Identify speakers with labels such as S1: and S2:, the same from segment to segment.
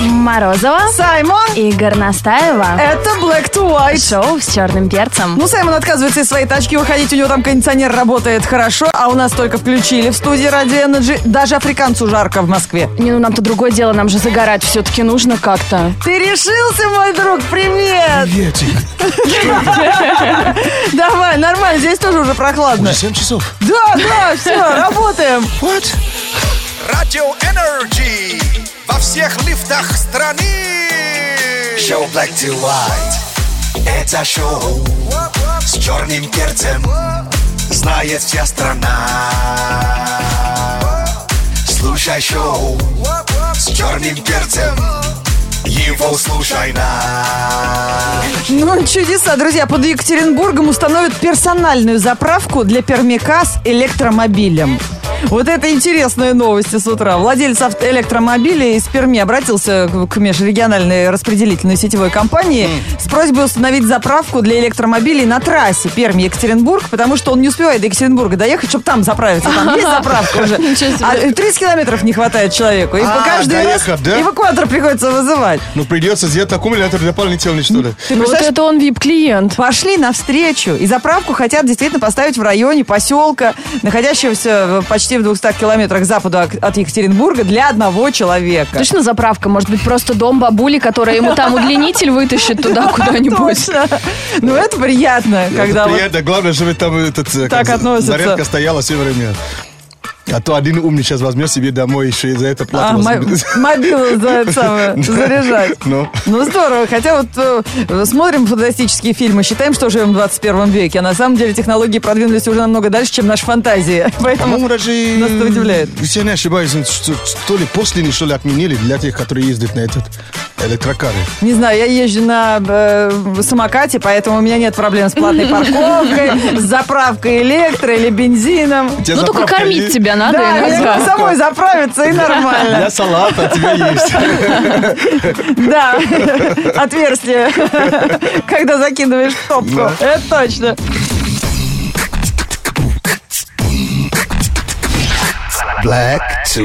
S1: Морозова
S2: Саймон,
S1: и Горностаева.
S2: это Black to White.
S1: Шоу с черным перцем.
S2: Ну, Саймон отказывается из своей тачки выходить, у него там кондиционер работает хорошо, а у нас только включили в студии ради Energy. Даже африканцу жарко в Москве.
S1: Не, ну нам-то другое дело, нам же загорать все-таки нужно как-то.
S2: Ты решился, мой друг, привет!
S3: Приветик.
S2: Давай, нормально, здесь тоже уже прохладно.
S3: Уже 7 часов.
S2: Да, да, все, работаем.
S3: Вот.
S4: Радио Energy во всех лифтах страны. Шоу Black to White. Это шоу с черным перцем. Знает вся страна. Слушай шоу с черным перцем. Его слушай на.
S2: Ну, чудеса, друзья. Под Екатеринбургом установят персональную заправку для пермяка с электромобилем. Вот это интересные новости с утра. Владелец авто- электромобиля из Перми обратился к к межрегиональной распределительной сетевой компании с просьбой установить заправку для электромобилей на трассе Пермь-Екатеринбург, потому что он не успевает до Екатеринбурга доехать, чтобы там заправиться. Там есть заправка уже. А 30 километров не хватает человеку. И
S3: А,
S2: каждый раз
S3: доехать, да?
S2: эвакуатор приходится вызывать.
S3: Ну, придется сделать аккумулятор дополнительный, что ли.
S2: Ну,
S1: вот
S2: представляешь,
S1: это он вип-клиент.
S2: пошли навстречу. И заправку хотят действительно поставить в районе поселка, находящегося в- почти в 200 километрах к западу ок- от Екатеринбурга для одного человека.
S1: Точно заправка? Может быть, просто дом бабули, которая ему там удлинитель вытащит туда куда-нибудь?
S2: Точно. Ну, это приятно, когда
S3: Это
S2: вот...
S3: приятно. Главное, чтобы там этот, э,
S2: Так
S3: за-
S2: относятся.
S3: зарядка стояла все время. А то один умный сейчас возьмет себе домой еще и за это
S2: а,
S3: плату.
S2: мо-
S3: возьмет.
S2: мобилу за это самое, заряжать.
S3: Ну.
S2: Ну, здорово. Хотя вот э, смотрим фантастические фильмы, считаем, что живем в 21 веке. А на самом деле технологии продвинулись уже намного дальше, чем наша фантазия. Поэтому
S3: По-моему, даже...
S2: нас это удивляет.
S3: Если я не ошибаюсь, ну, что, что ли, после что ли, отменили для тех, которые ездят на этот электрокары.
S2: Не знаю, я езжу на э, самокате, поэтому у меня нет проблем с платной парковкой, с заправкой электро или бензином.
S3: Тебе
S1: Ну, только
S3: заправка
S1: кормить
S3: есть?
S1: тебя надо
S2: Да, я
S1: иногда.
S2: могу самой заправиться и нормально.
S3: Я салат, а тебя есть.
S2: Да, отверстие, когда закидываешь в топку.
S3: Да.
S2: Это точно.
S4: Black to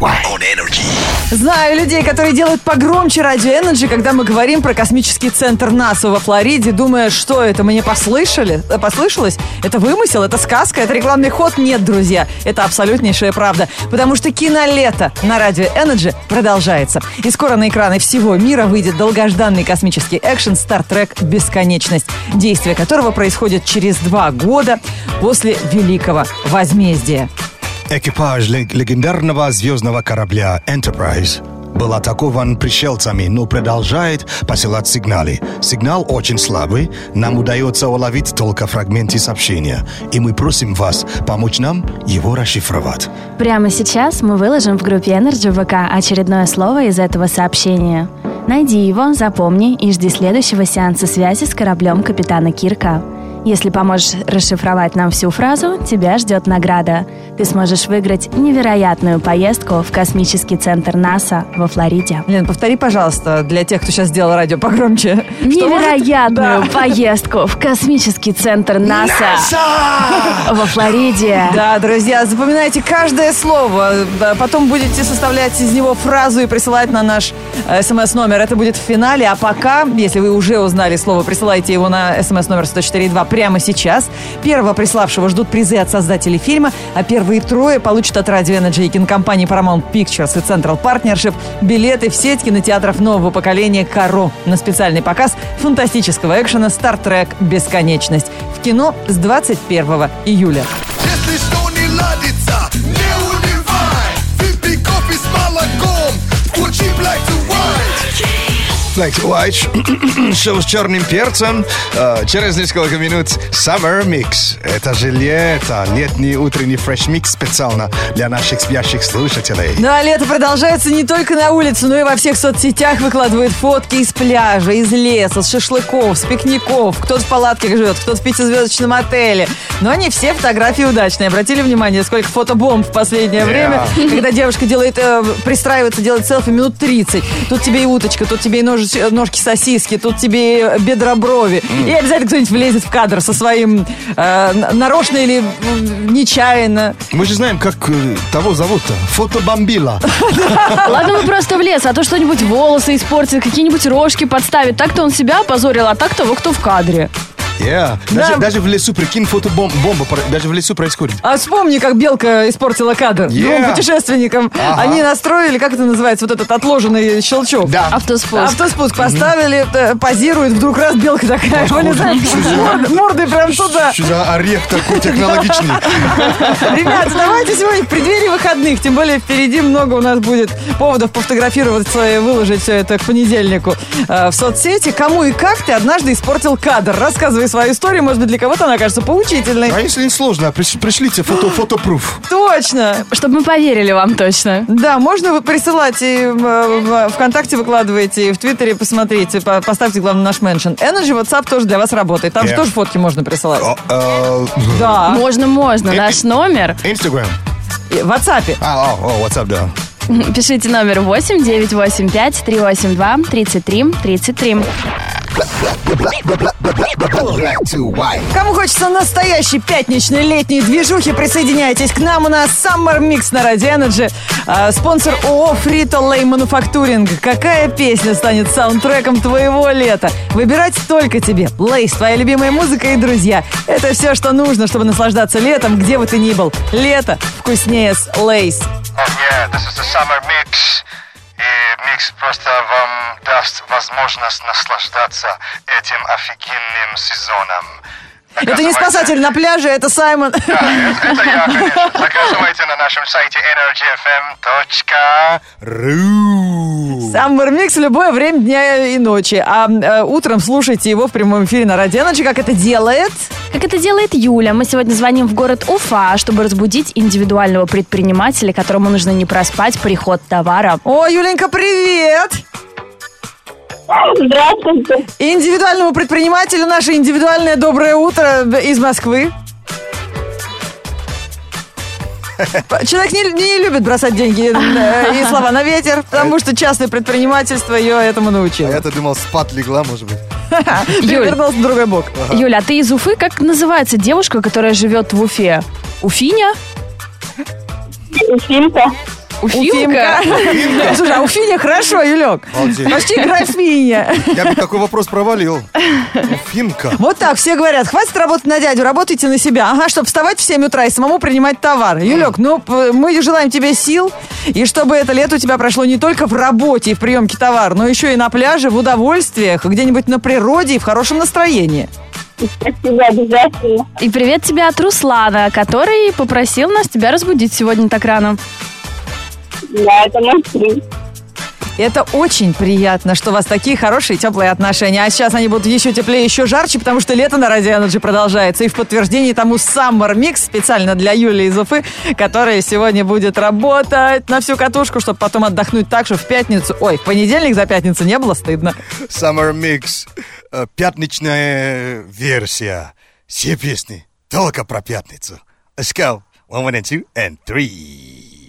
S4: White. On Energy.
S2: Знаю людей, которые делают погромче радио Energy, когда мы говорим про космический центр НАСА во Флориде, думая, что это, мне послышали, э, послышалось? Это вымысел, это сказка, это рекламный ход? Нет, друзья, это абсолютнейшая правда. Потому что кинолето на радио Energy продолжается. И скоро на экраны всего мира выйдет долгожданный космический экшен Star Trek «Бесконечность», действие которого происходит через два года после Великого Возмездия.
S3: Экипаж ле- легендарного звездного корабля Enterprise был атакован пришельцами, но продолжает посылать сигналы. Сигнал очень слабый, нам удается уловить только фрагменты сообщения, и мы просим вас помочь нам его расшифровать.
S5: Прямо сейчас мы выложим в группе Energy ВК очередное слово из этого сообщения. Найди его, запомни и жди следующего сеанса связи с кораблем капитана Кирка. Если поможешь расшифровать нам всю фразу, тебя ждет награда. Ты сможешь выиграть невероятную поездку в космический центр НАСА во Флориде.
S2: Лен, повтори, пожалуйста, для тех, кто сейчас сделал радио погромче. Что может-
S5: Невероятную
S2: Да.
S5: поездку в космический центр НАСА во Флориде.
S2: Да, друзья, запоминайте каждое слово. Да, Потом будете составлять из него фразу и присылать на наш э, смс-номер. Это будет в финале. А пока, если вы уже узнали слово, присылайте его на смс-номер 104.2 прямо сейчас. Первого приславшего ждут призы от создателей фильма, а первые трое получат от радио Energy и кинокомпании Paramount Pictures и Central Partnership билеты в сеть кинотеатров нового поколения «Каро» на специальный показ фантастического экшена «Star Trek. Бесконечность» в кино с 21 июля.
S4: Если что не ладится, не унывай Выпей кофе с молоком, включи Black to White
S3: Black to White, шоу с черным перцем. Э, Через несколько минут Summer Mix. Это же лето, летний утренний фреш-микс специально для наших спящих слушателей.
S2: Да, Ну, а лето продолжается не только на улице, но и во всех соцсетях выкладывают фотки из пляжа, из леса, с шашлыков, с пикников. Кто-то в палатках живет, кто-то в пятизвездочном отеле. Но не все фотографии удачные. Обратили внимание, сколько фотобомб в последнее время, когда девушка делает, э, пристраивается, делает селфи минут 30. Тут тебе и уточка, тут тебе и ножи тут э, ножки сосиски, тут тебе э, бедра брови. И обязательно кто-нибудь влезет в кадр со своим э, н- нарочно или м, нечаянно.
S3: Мы же знаем, как э, того зовут-то. Фотобомбила.
S1: Ладно, бы просто в лес, а то что-нибудь волосы испортит, какие-нибудь рожки подставит. Так-то он себя опозорил, а так того, кто в кадре.
S3: Yeah.
S2: Да.
S3: Даже, даже в лесу, прикинь, фотобомба даже в лесу происходит.
S2: А вспомни, как белка испортила кадр
S3: Yeah.
S2: двум путешественникам.
S3: Ага.
S2: Они настроили, как это называется, вот этот отложенный щелчок.
S3: Да.
S1: Автоспорт.
S2: Автоспуск поставили, э, позирует, вдруг раз белка такая, вылезает, морд- мордой прям туда.
S3: Что за орех такой технологичный?
S2: Ребята, давайте сегодня в преддверии выходных, тем более впереди много у нас будет поводов пофотографироваться и выложить все это к понедельнику э, в соцсети. Кому и как ты однажды испортил кадр? Рассказывай свою историю, может быть, для кого-то она окажется поучительной.
S3: А если не сложно, приш- пришлите фото, фотопруф.
S2: Точно!
S1: Чтобы мы поверили вам точно.
S2: Да, можно вы присылать и э, в ВКонтакте выкладываете, и в Твиттере посмотрите, по- поставьте, главное, наш меншин. Energy WhatsApp тоже для вас работает. Там же
S3: Yeah.
S2: тоже фотки можно присылать.
S3: О, э,
S2: Да.
S1: Можно, можно.
S2: Э,
S1: Наш номер.
S3: Instagram.
S2: И В WhatsApp.
S3: А, о, о, WhatsApp, да.
S5: Пишите номер 8 985 382 33 33.
S2: Кому хочется настоящей пятничной летней движухи, присоединяйтесь к нам. У нас Summer Mix на Radio Energy. А, Спонсор ООО Фрита Лей Мануфактуринг. Какая песня станет саундтреком твоего лета? Выбирать только тебе. Лейс, твоя любимая музыка и друзья. Это все, что нужно, чтобы наслаждаться летом, где бы ты ни был. Лето вкуснее с Лейс.
S6: Yeah, this is the summer mix. И микс просто вам даст возможность наслаждаться этим офигенным сезоном.
S2: Это не
S6: Заказывайте-
S2: спасатель на пляже, это Саймон.
S6: Это, это я, конечно. Заказывайте на нашем сайте energyfm.ru
S3: Ру.
S2: Summer Mix в любое время дня и ночи. А э, утром слушайте его в прямом эфире на Radio Energy. Как это делает...
S5: Как это делает Юля, мы сегодня звоним в город Уфа, чтобы разбудить индивидуального предпринимателя, которому нужно не проспать приход товара.
S2: О, Юленька, привет!
S7: Здравствуйте.
S2: Индивидуальному предпринимателю наше индивидуальное доброе утро из Москвы. Человек не, не любит бросать деньги э, и слова на ветер, потому что частное предпринимательство ее этому научило.
S3: А Я-то думал, спать легла, может быть.
S1: Юль.
S2: Перевернулся на другой бок.
S1: Юля, а ты из Уфы? Как называется девушка, которая живет в Уфе? Уфиня?
S7: Уфимка.
S1: Уфимка?
S2: Слушай, а у Финя хорошо, Юлек.
S3: Обалдеть.
S1: А
S2: Почти графиня.
S3: Я бы такой вопрос провалил. Финка.
S2: Вот так все говорят, хватит работать на дядю, работайте на себя. Ага, чтобы вставать в 7 утра и самому принимать товар. Юлек, ну п- мы желаем тебе сил, и чтобы это лето у тебя прошло не только в работе и в приемке товара, но еще и на пляже, в удовольствиях, где-нибудь на природе и в хорошем настроении.
S7: Спасибо, обязательно.
S5: И привет тебе от Руслана, который попросил нас тебя разбудить сегодня так рано.
S7: Да, это мой фильм.
S2: Это очень приятно, что у вас такие хорошие теплые отношения. А сейчас они будут еще теплее, еще жарче, потому что лето на Radio Energy продолжается. И в подтверждении тому Summer Mix специально для Юли из Уфы, которая сегодня будет работать на всю катушку, чтобы потом отдохнуть так, что в пятницу... Ой, в понедельник за пятницу не было стыдно.
S3: Summer Mix. Э, Пятничная версия. Все песни только про пятницу. Let's go. One, one, and two, and three.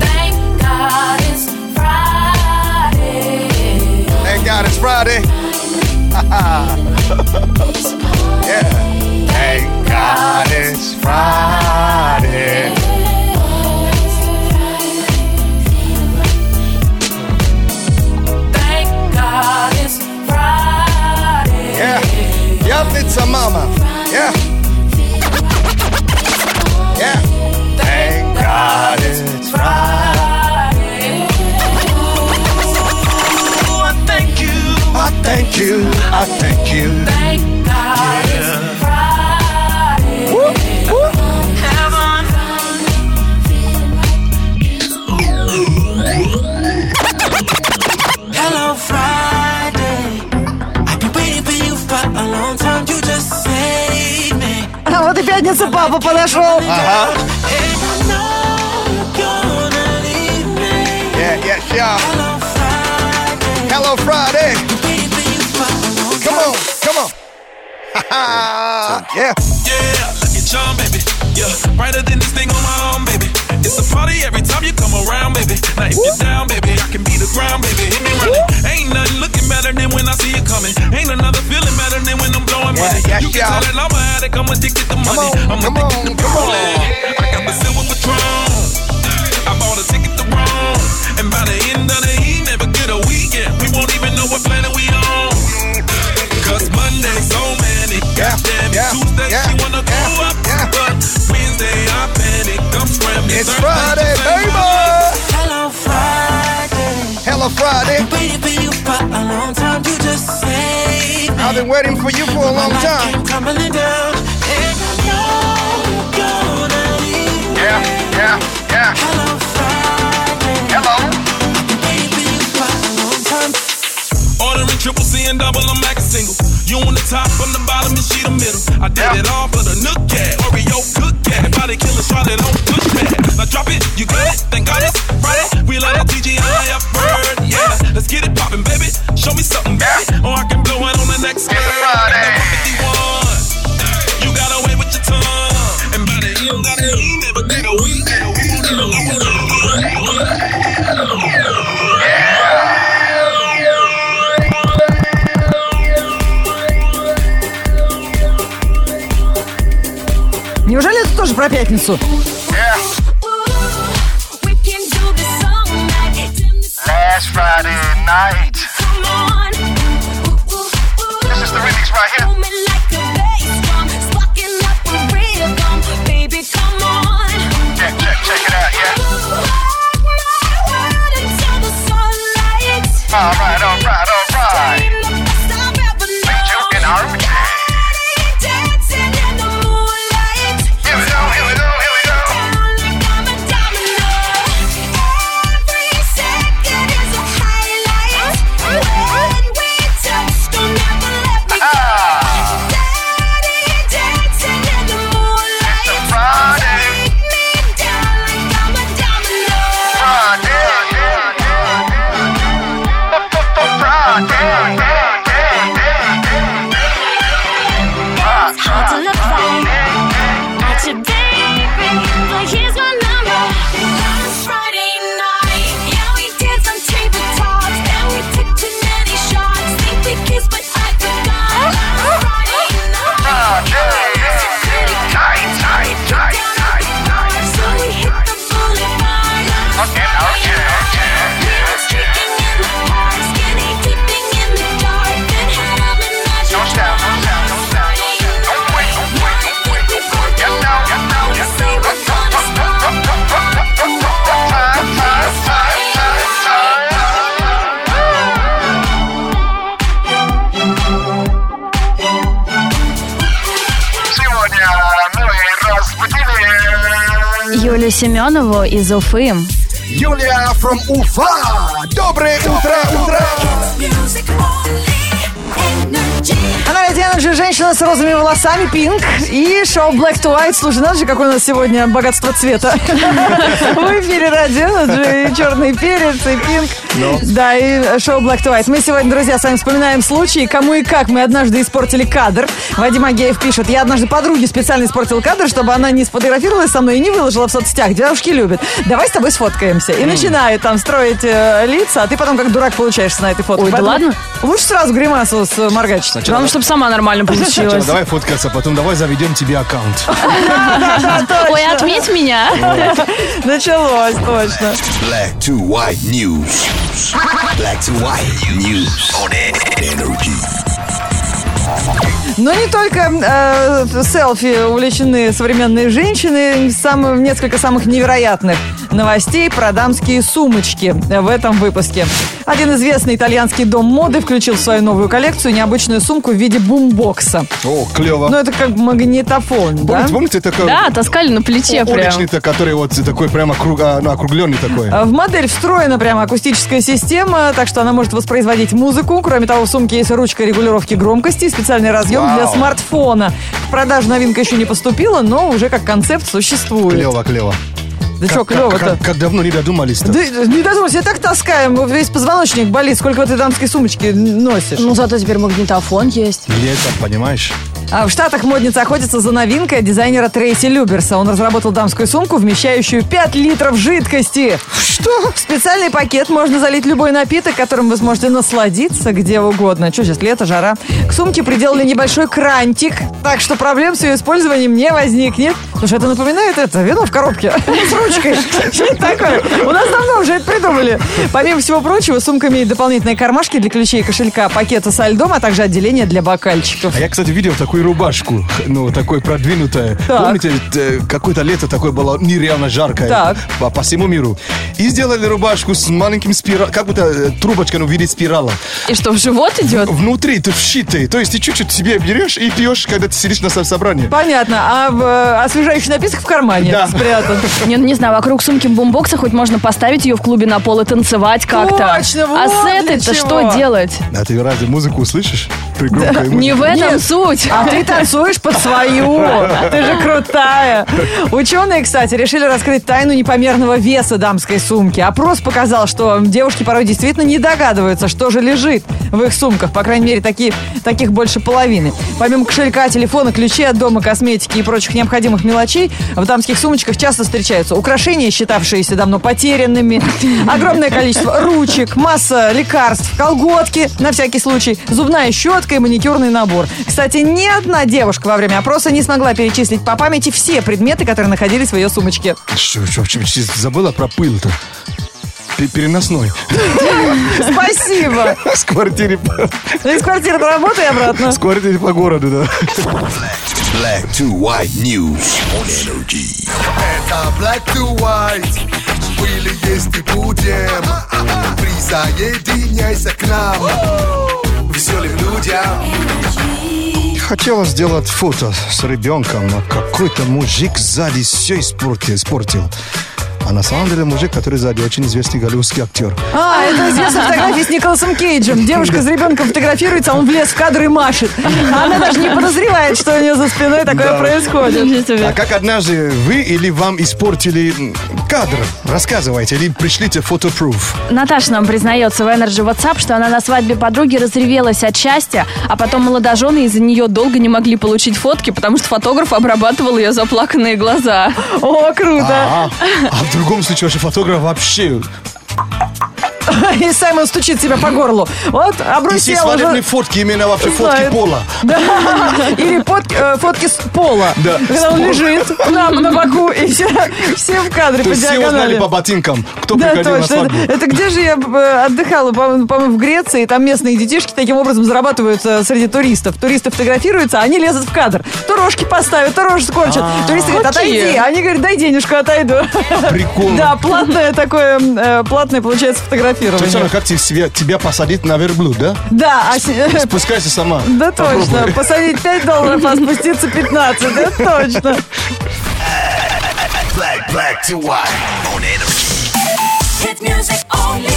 S8: Thank God it's Friday.
S3: Thank God it's Friday. yeah. Thank God it's Friday.
S8: Thank God it's Friday.
S3: Yeah. Yep, it's a mama. Yeah. Yeah. Thank God it's Friday.
S8: Ooh, I thank you.
S3: I thank you. I thank you.
S8: Thank God it's Friday. Heaven.
S9: Hello Friday. I've been waiting for you for a long time. You just saved me.
S2: А вот и пять Пятница, папа, подошел.
S4: Ага. Yeah, yeah, yeah. Hello Friday. Come on, come on. Ha-ha. yeah.
S10: Yeah, look at y'all, baby. Yeah, brighter than this thing on my arm, baby. It's a party every time you come around, baby. Now if you're down, baby, I can be the ground, baby. Hit me running. Ain't nothing looking better than when I see you coming. Ain't another feeling better than when I'm blowing money.
S4: yeah,
S10: you
S4: yeah.
S10: can tell that I'm a addict. I'm addicted to money. I'm addicted to rolling. I got the silver patron. I bought a ticket to Rome, and by the end of the he never get a weekend. We won't even know what planet we on. Cause Monday so many, goddamn it. Tuesday she wanna go up, but Wednesday I panic. I'm scrambling.
S4: It's
S10: Thursday, she
S4: Friday,
S10: say,
S4: baby.
S9: Hello Friday.
S4: Hello Friday.
S9: Been waiting for you for a long time. You just saved me.
S4: I've been waiting for you for a long
S9: My life
S4: time.
S9: came tumbling down, and I know you're gonna leave me.
S6: Yeah, yeah, yeah.
S9: Hello Friday.
S6: Hello.
S9: Been waiting for you for a long time.
S10: Ordering triple C and double, I'm like a single. You on the top, I'm the bottom, and she the middle. I did it all for the nook cat, Oreo cook cat. Body killer, Charlotte on push pad. Now drop it, you got it, thank God it's Friday. We like a TGI bird, yeah. Let's get it poppin', baby. Show me something, baby. Or I can blow it on the next girl. Friday. 51. You got away with your tongue. And by the end of the evening, but then a week.
S2: Неужели это тоже про пятницу?
S6: Last Friday night. This is the remix right here. Check, check, check it out, yeah. All right, all right, all right. Major and RJ. Here we go, here we go, here we go. Ah. It's a Friday. Friday, yeah, yeah, yeah. F-f-f- Friday, yeah, yeah, yeah, yeah. Friday. Сегодня мы разбудили
S5: Юлю Семенову из Уфы.
S4: Юлия from Уфа. Доброе утро, утро.
S2: Она Леди же женщина с розовыми волосами, пинг. И шоу Black to White. Слушай, надо же, какое у нас сегодня богатство цвета. В эфире радио, же и черный перец, и
S1: Ну.
S2: пинг. Да, и шоу Black to White. Мы сегодня, друзья, с вами вспоминаем случаи, кому и как мы однажды испортили кадр. Вадим Агеев пишет, я однажды подруге специально испортил кадр, чтобы она не сфотографировалась со мной и не выложила в соцсетях. Девушки любят. Давай с тобой сфоткаемся. И начинает там строить э, лица, а ты потом как дурак получаешься на этой фотке.
S1: Ой, да
S2: Поэтому
S1: ладно?
S2: Лучше сразу гримасу с э, моргач.
S1: Главное, чтобы Ну, сама нормально получилась.
S3: Ну, Давай фоткаться, потом давай заведем тебе аккаунт.
S1: Ой, отметь меня.
S2: Началось, точно.
S4: Black to white news. Black to white news on energy.
S2: Но Ну, не только э, селфи увлечены современные женщины. Самые, несколько самых невероятных новостей про дамские сумочки в этом выпуске. Один известный итальянский дом моды включил в свою новую коллекцию необычную сумку в виде бумбокса.
S3: О, клево.
S2: Ну, это как магнитофон, да?
S3: Помните, помните такой...
S1: Да, таскали на плече прям.
S3: уличный-то, который вот такой прямо круг- а, ну, округленный такой.
S2: Э, В модель встроена прямо акустическая система, так что она может воспроизводить музыку. Кроме того, в сумке есть ручка регулировки громкости и специальный разъем
S3: Вау.
S2: для смартфона. В продажу новинка еще не поступила, но уже как концепт существует.
S3: Клево, клево.
S2: Да что, клево-то?
S3: Как, как давно не додумались-то.
S2: Да, не додумайся, я так таскаем, весь позвоночник болит, сколько ты дамской сумочки носишь.
S1: Ну, зато теперь магнитофон есть.
S3: Лето, понимаешь?
S2: А в Штатах модница охотится за новинкой от дизайнера Трейси Люберса. Он разработал дамскую сумку, вмещающую 5 литров жидкости. Что? В специальный пакет можно залить любой напиток, которым вы сможете насладиться где угодно. Что сейчас, лето, жара. К сумке приделали небольшой крантик, так что проблем с ее использованием не возникнет. Слушай, это напоминает это, вино в коробке с ручкой. Что это такое? У нас давно уже это придумали. Помимо всего прочего, сумка имеет дополнительные кармашки для ключей и кошелька, пакеты со льдом, а также отделение для бокальчиков.
S3: А я, кстати, видел такую рубашку, х- ну, такой продвинутая.
S2: Так.
S3: Помните, э, какое-то лето такое было нереально жаркое
S2: Так.
S3: по, по всему миру. И сделали рубашку с маленьким спиралом, как будто э, трубочка, ну, в виде спирала.
S1: И что, в живот идет?
S3: Внутри ты вшитый, то есть ты чуть-чуть себе берешь и пьешь, когда ты сидишь на со- собрании.
S2: Понятно. А в, э, освежающий напиток в кармане
S3: Да.
S2: спрятан.
S1: Не, ну, не знаю, вокруг сумки бумбокса хоть можно поставить ее в клубе на пол и танцевать как-то.
S2: Точно,
S1: а
S2: вот
S1: с
S2: для
S1: этой-то
S2: чего.
S1: что делать?
S3: А ты разве музыку услышишь? При громкой музыке.
S1: Не в этом
S2: Нет.
S1: суть.
S2: А ты танцуешь под свою. Ты же крутая. Ученые, кстати, решили раскрыть тайну непомерного веса дамской сумки. Опрос показал, что девушки порой действительно не догадываются, что же лежит в их сумках. По крайней мере, такие, таких больше половины. Помимо кошелька, телефона, ключей от дома, косметики и прочих необходимых мелочей, в дамских сумочках часто встречаются украшения, считавшиеся давно потерянными, огромное количество ручек, масса лекарств, колготки, на всякий случай, зубная щетка и маникюрный набор. Кстати, ни одна девушка во время опроса не смогла перечислить по памяти все предметы, которые находились в ее сумочке.
S3: Что, что, что, что, забыла про пыл-то. Пе- Переносной.
S2: Спасибо!
S3: С квартиры, по-
S2: Ну, Из квартиры на работу и обратно.
S3: с квартиры по городу, да.
S4: Black to white news on energy. Это black to white. Были, есть и будем. Присоединяйся к нам. Веселым людям.
S3: Хотела сделать фото с ребенком, но какой-то мужик сзади все испортил. испортил. А на самом деле мужик, который сзади, очень известный голливудский актер.
S2: А, это известная фотография с Николасом Кейджем. Девушка с ребенком фотографируется, а он влез в кадр и машет. А Она даже не подозревает, что у нее за спиной такое
S3: Да.
S2: происходит.
S3: А как однажды вы или вам испортили м, кадр? Рассказывайте или пришлите фотопруф.
S5: Наташа нам признается в Energy WhatsApp, что она на свадьбе подруги разревелась от счастья, а потом молодожены из-за нее долго не могли получить фотки, потому что фотограф обрабатывал ее заплаканные глаза.
S2: О, круто!
S3: А, а в другом случае ваш фотограф вообще... А.
S2: И Саймон стучит себя по горлу. Вот,
S3: И все
S2: обрусел
S3: свадебные
S2: уже.
S3: фотки, именно вообще фотки
S2: Знает.
S3: пола.
S2: Да. Или фот- э, фотки с пола.
S3: Да, с
S2: Когда он
S3: пола.
S2: лежит на, на боку, и все, все в кадре
S3: То
S2: по
S3: есть все узнали
S2: диагонали.
S3: по ботинкам, кто
S2: Да,
S3: приходил на
S2: точно. Это,
S3: свадьбу.
S2: это где же я э, отдыхала, по-моему, по-моему, в Греции, там местные детишки таким образом зарабатывают э, среди туристов. Туристы фотографируются, а они лезут в кадр. То рожки поставят, то рожи скорчат. Туристы говорят,
S1: Какие?
S2: отойди. А Они говорят, дай денежку, отойду.
S3: Прикол.
S2: Да, платное такое, э, платное получается
S3: То есть,
S2: фотографирование.
S3: оно как тебе- себя- тебя посадить на верблюд, да?
S2: Да, а се-
S3: Спускайся сама.
S2: да точно. Посадить 5 долларов, а спуститься 15. Да точно.
S4: Black, black to white on energy.
S8: Hit music only.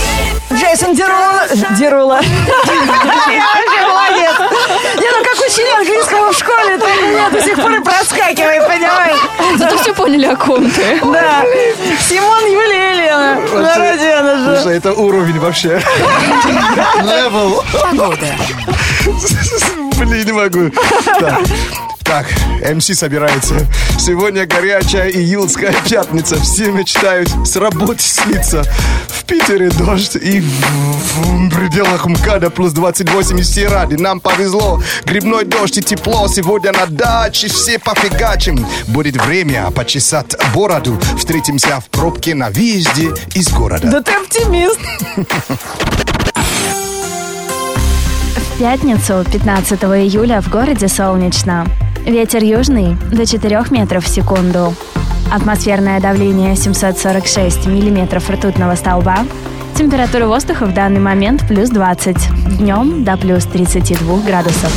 S2: Джейсон Дерула. Дерула. Я вообще молодец. Я ну как учили английского в школе, так у меня до сих пор и проскакивает, понимаешь?
S1: Зато все поняли, о ком ты.
S2: Да. Симон, Юлия, Елена. Народена же.
S3: Слушай, это уровень вообще. Левел. Блин, не могу. Так. Так, МС собирается. Сегодня горячая июльская пятница. Все мечтают с работы слиться. В Питере дождь и в, в пределах МКАДа плюс 28 и все рады. Нам повезло. Грибной дождь и тепло. Сегодня на даче все пофигачим. Будет время почесать бороду. Встретимся в пробке на въезде из города.
S2: Да ты оптимист.
S5: В пятницу, 15 июля, в городе солнечно. Ветер южный до 4 метров в секунду. Атмосферное давление 746 миллиметров ртутного столба. Температура воздуха в данный момент плюс 20. Днем до плюс 32 градусов.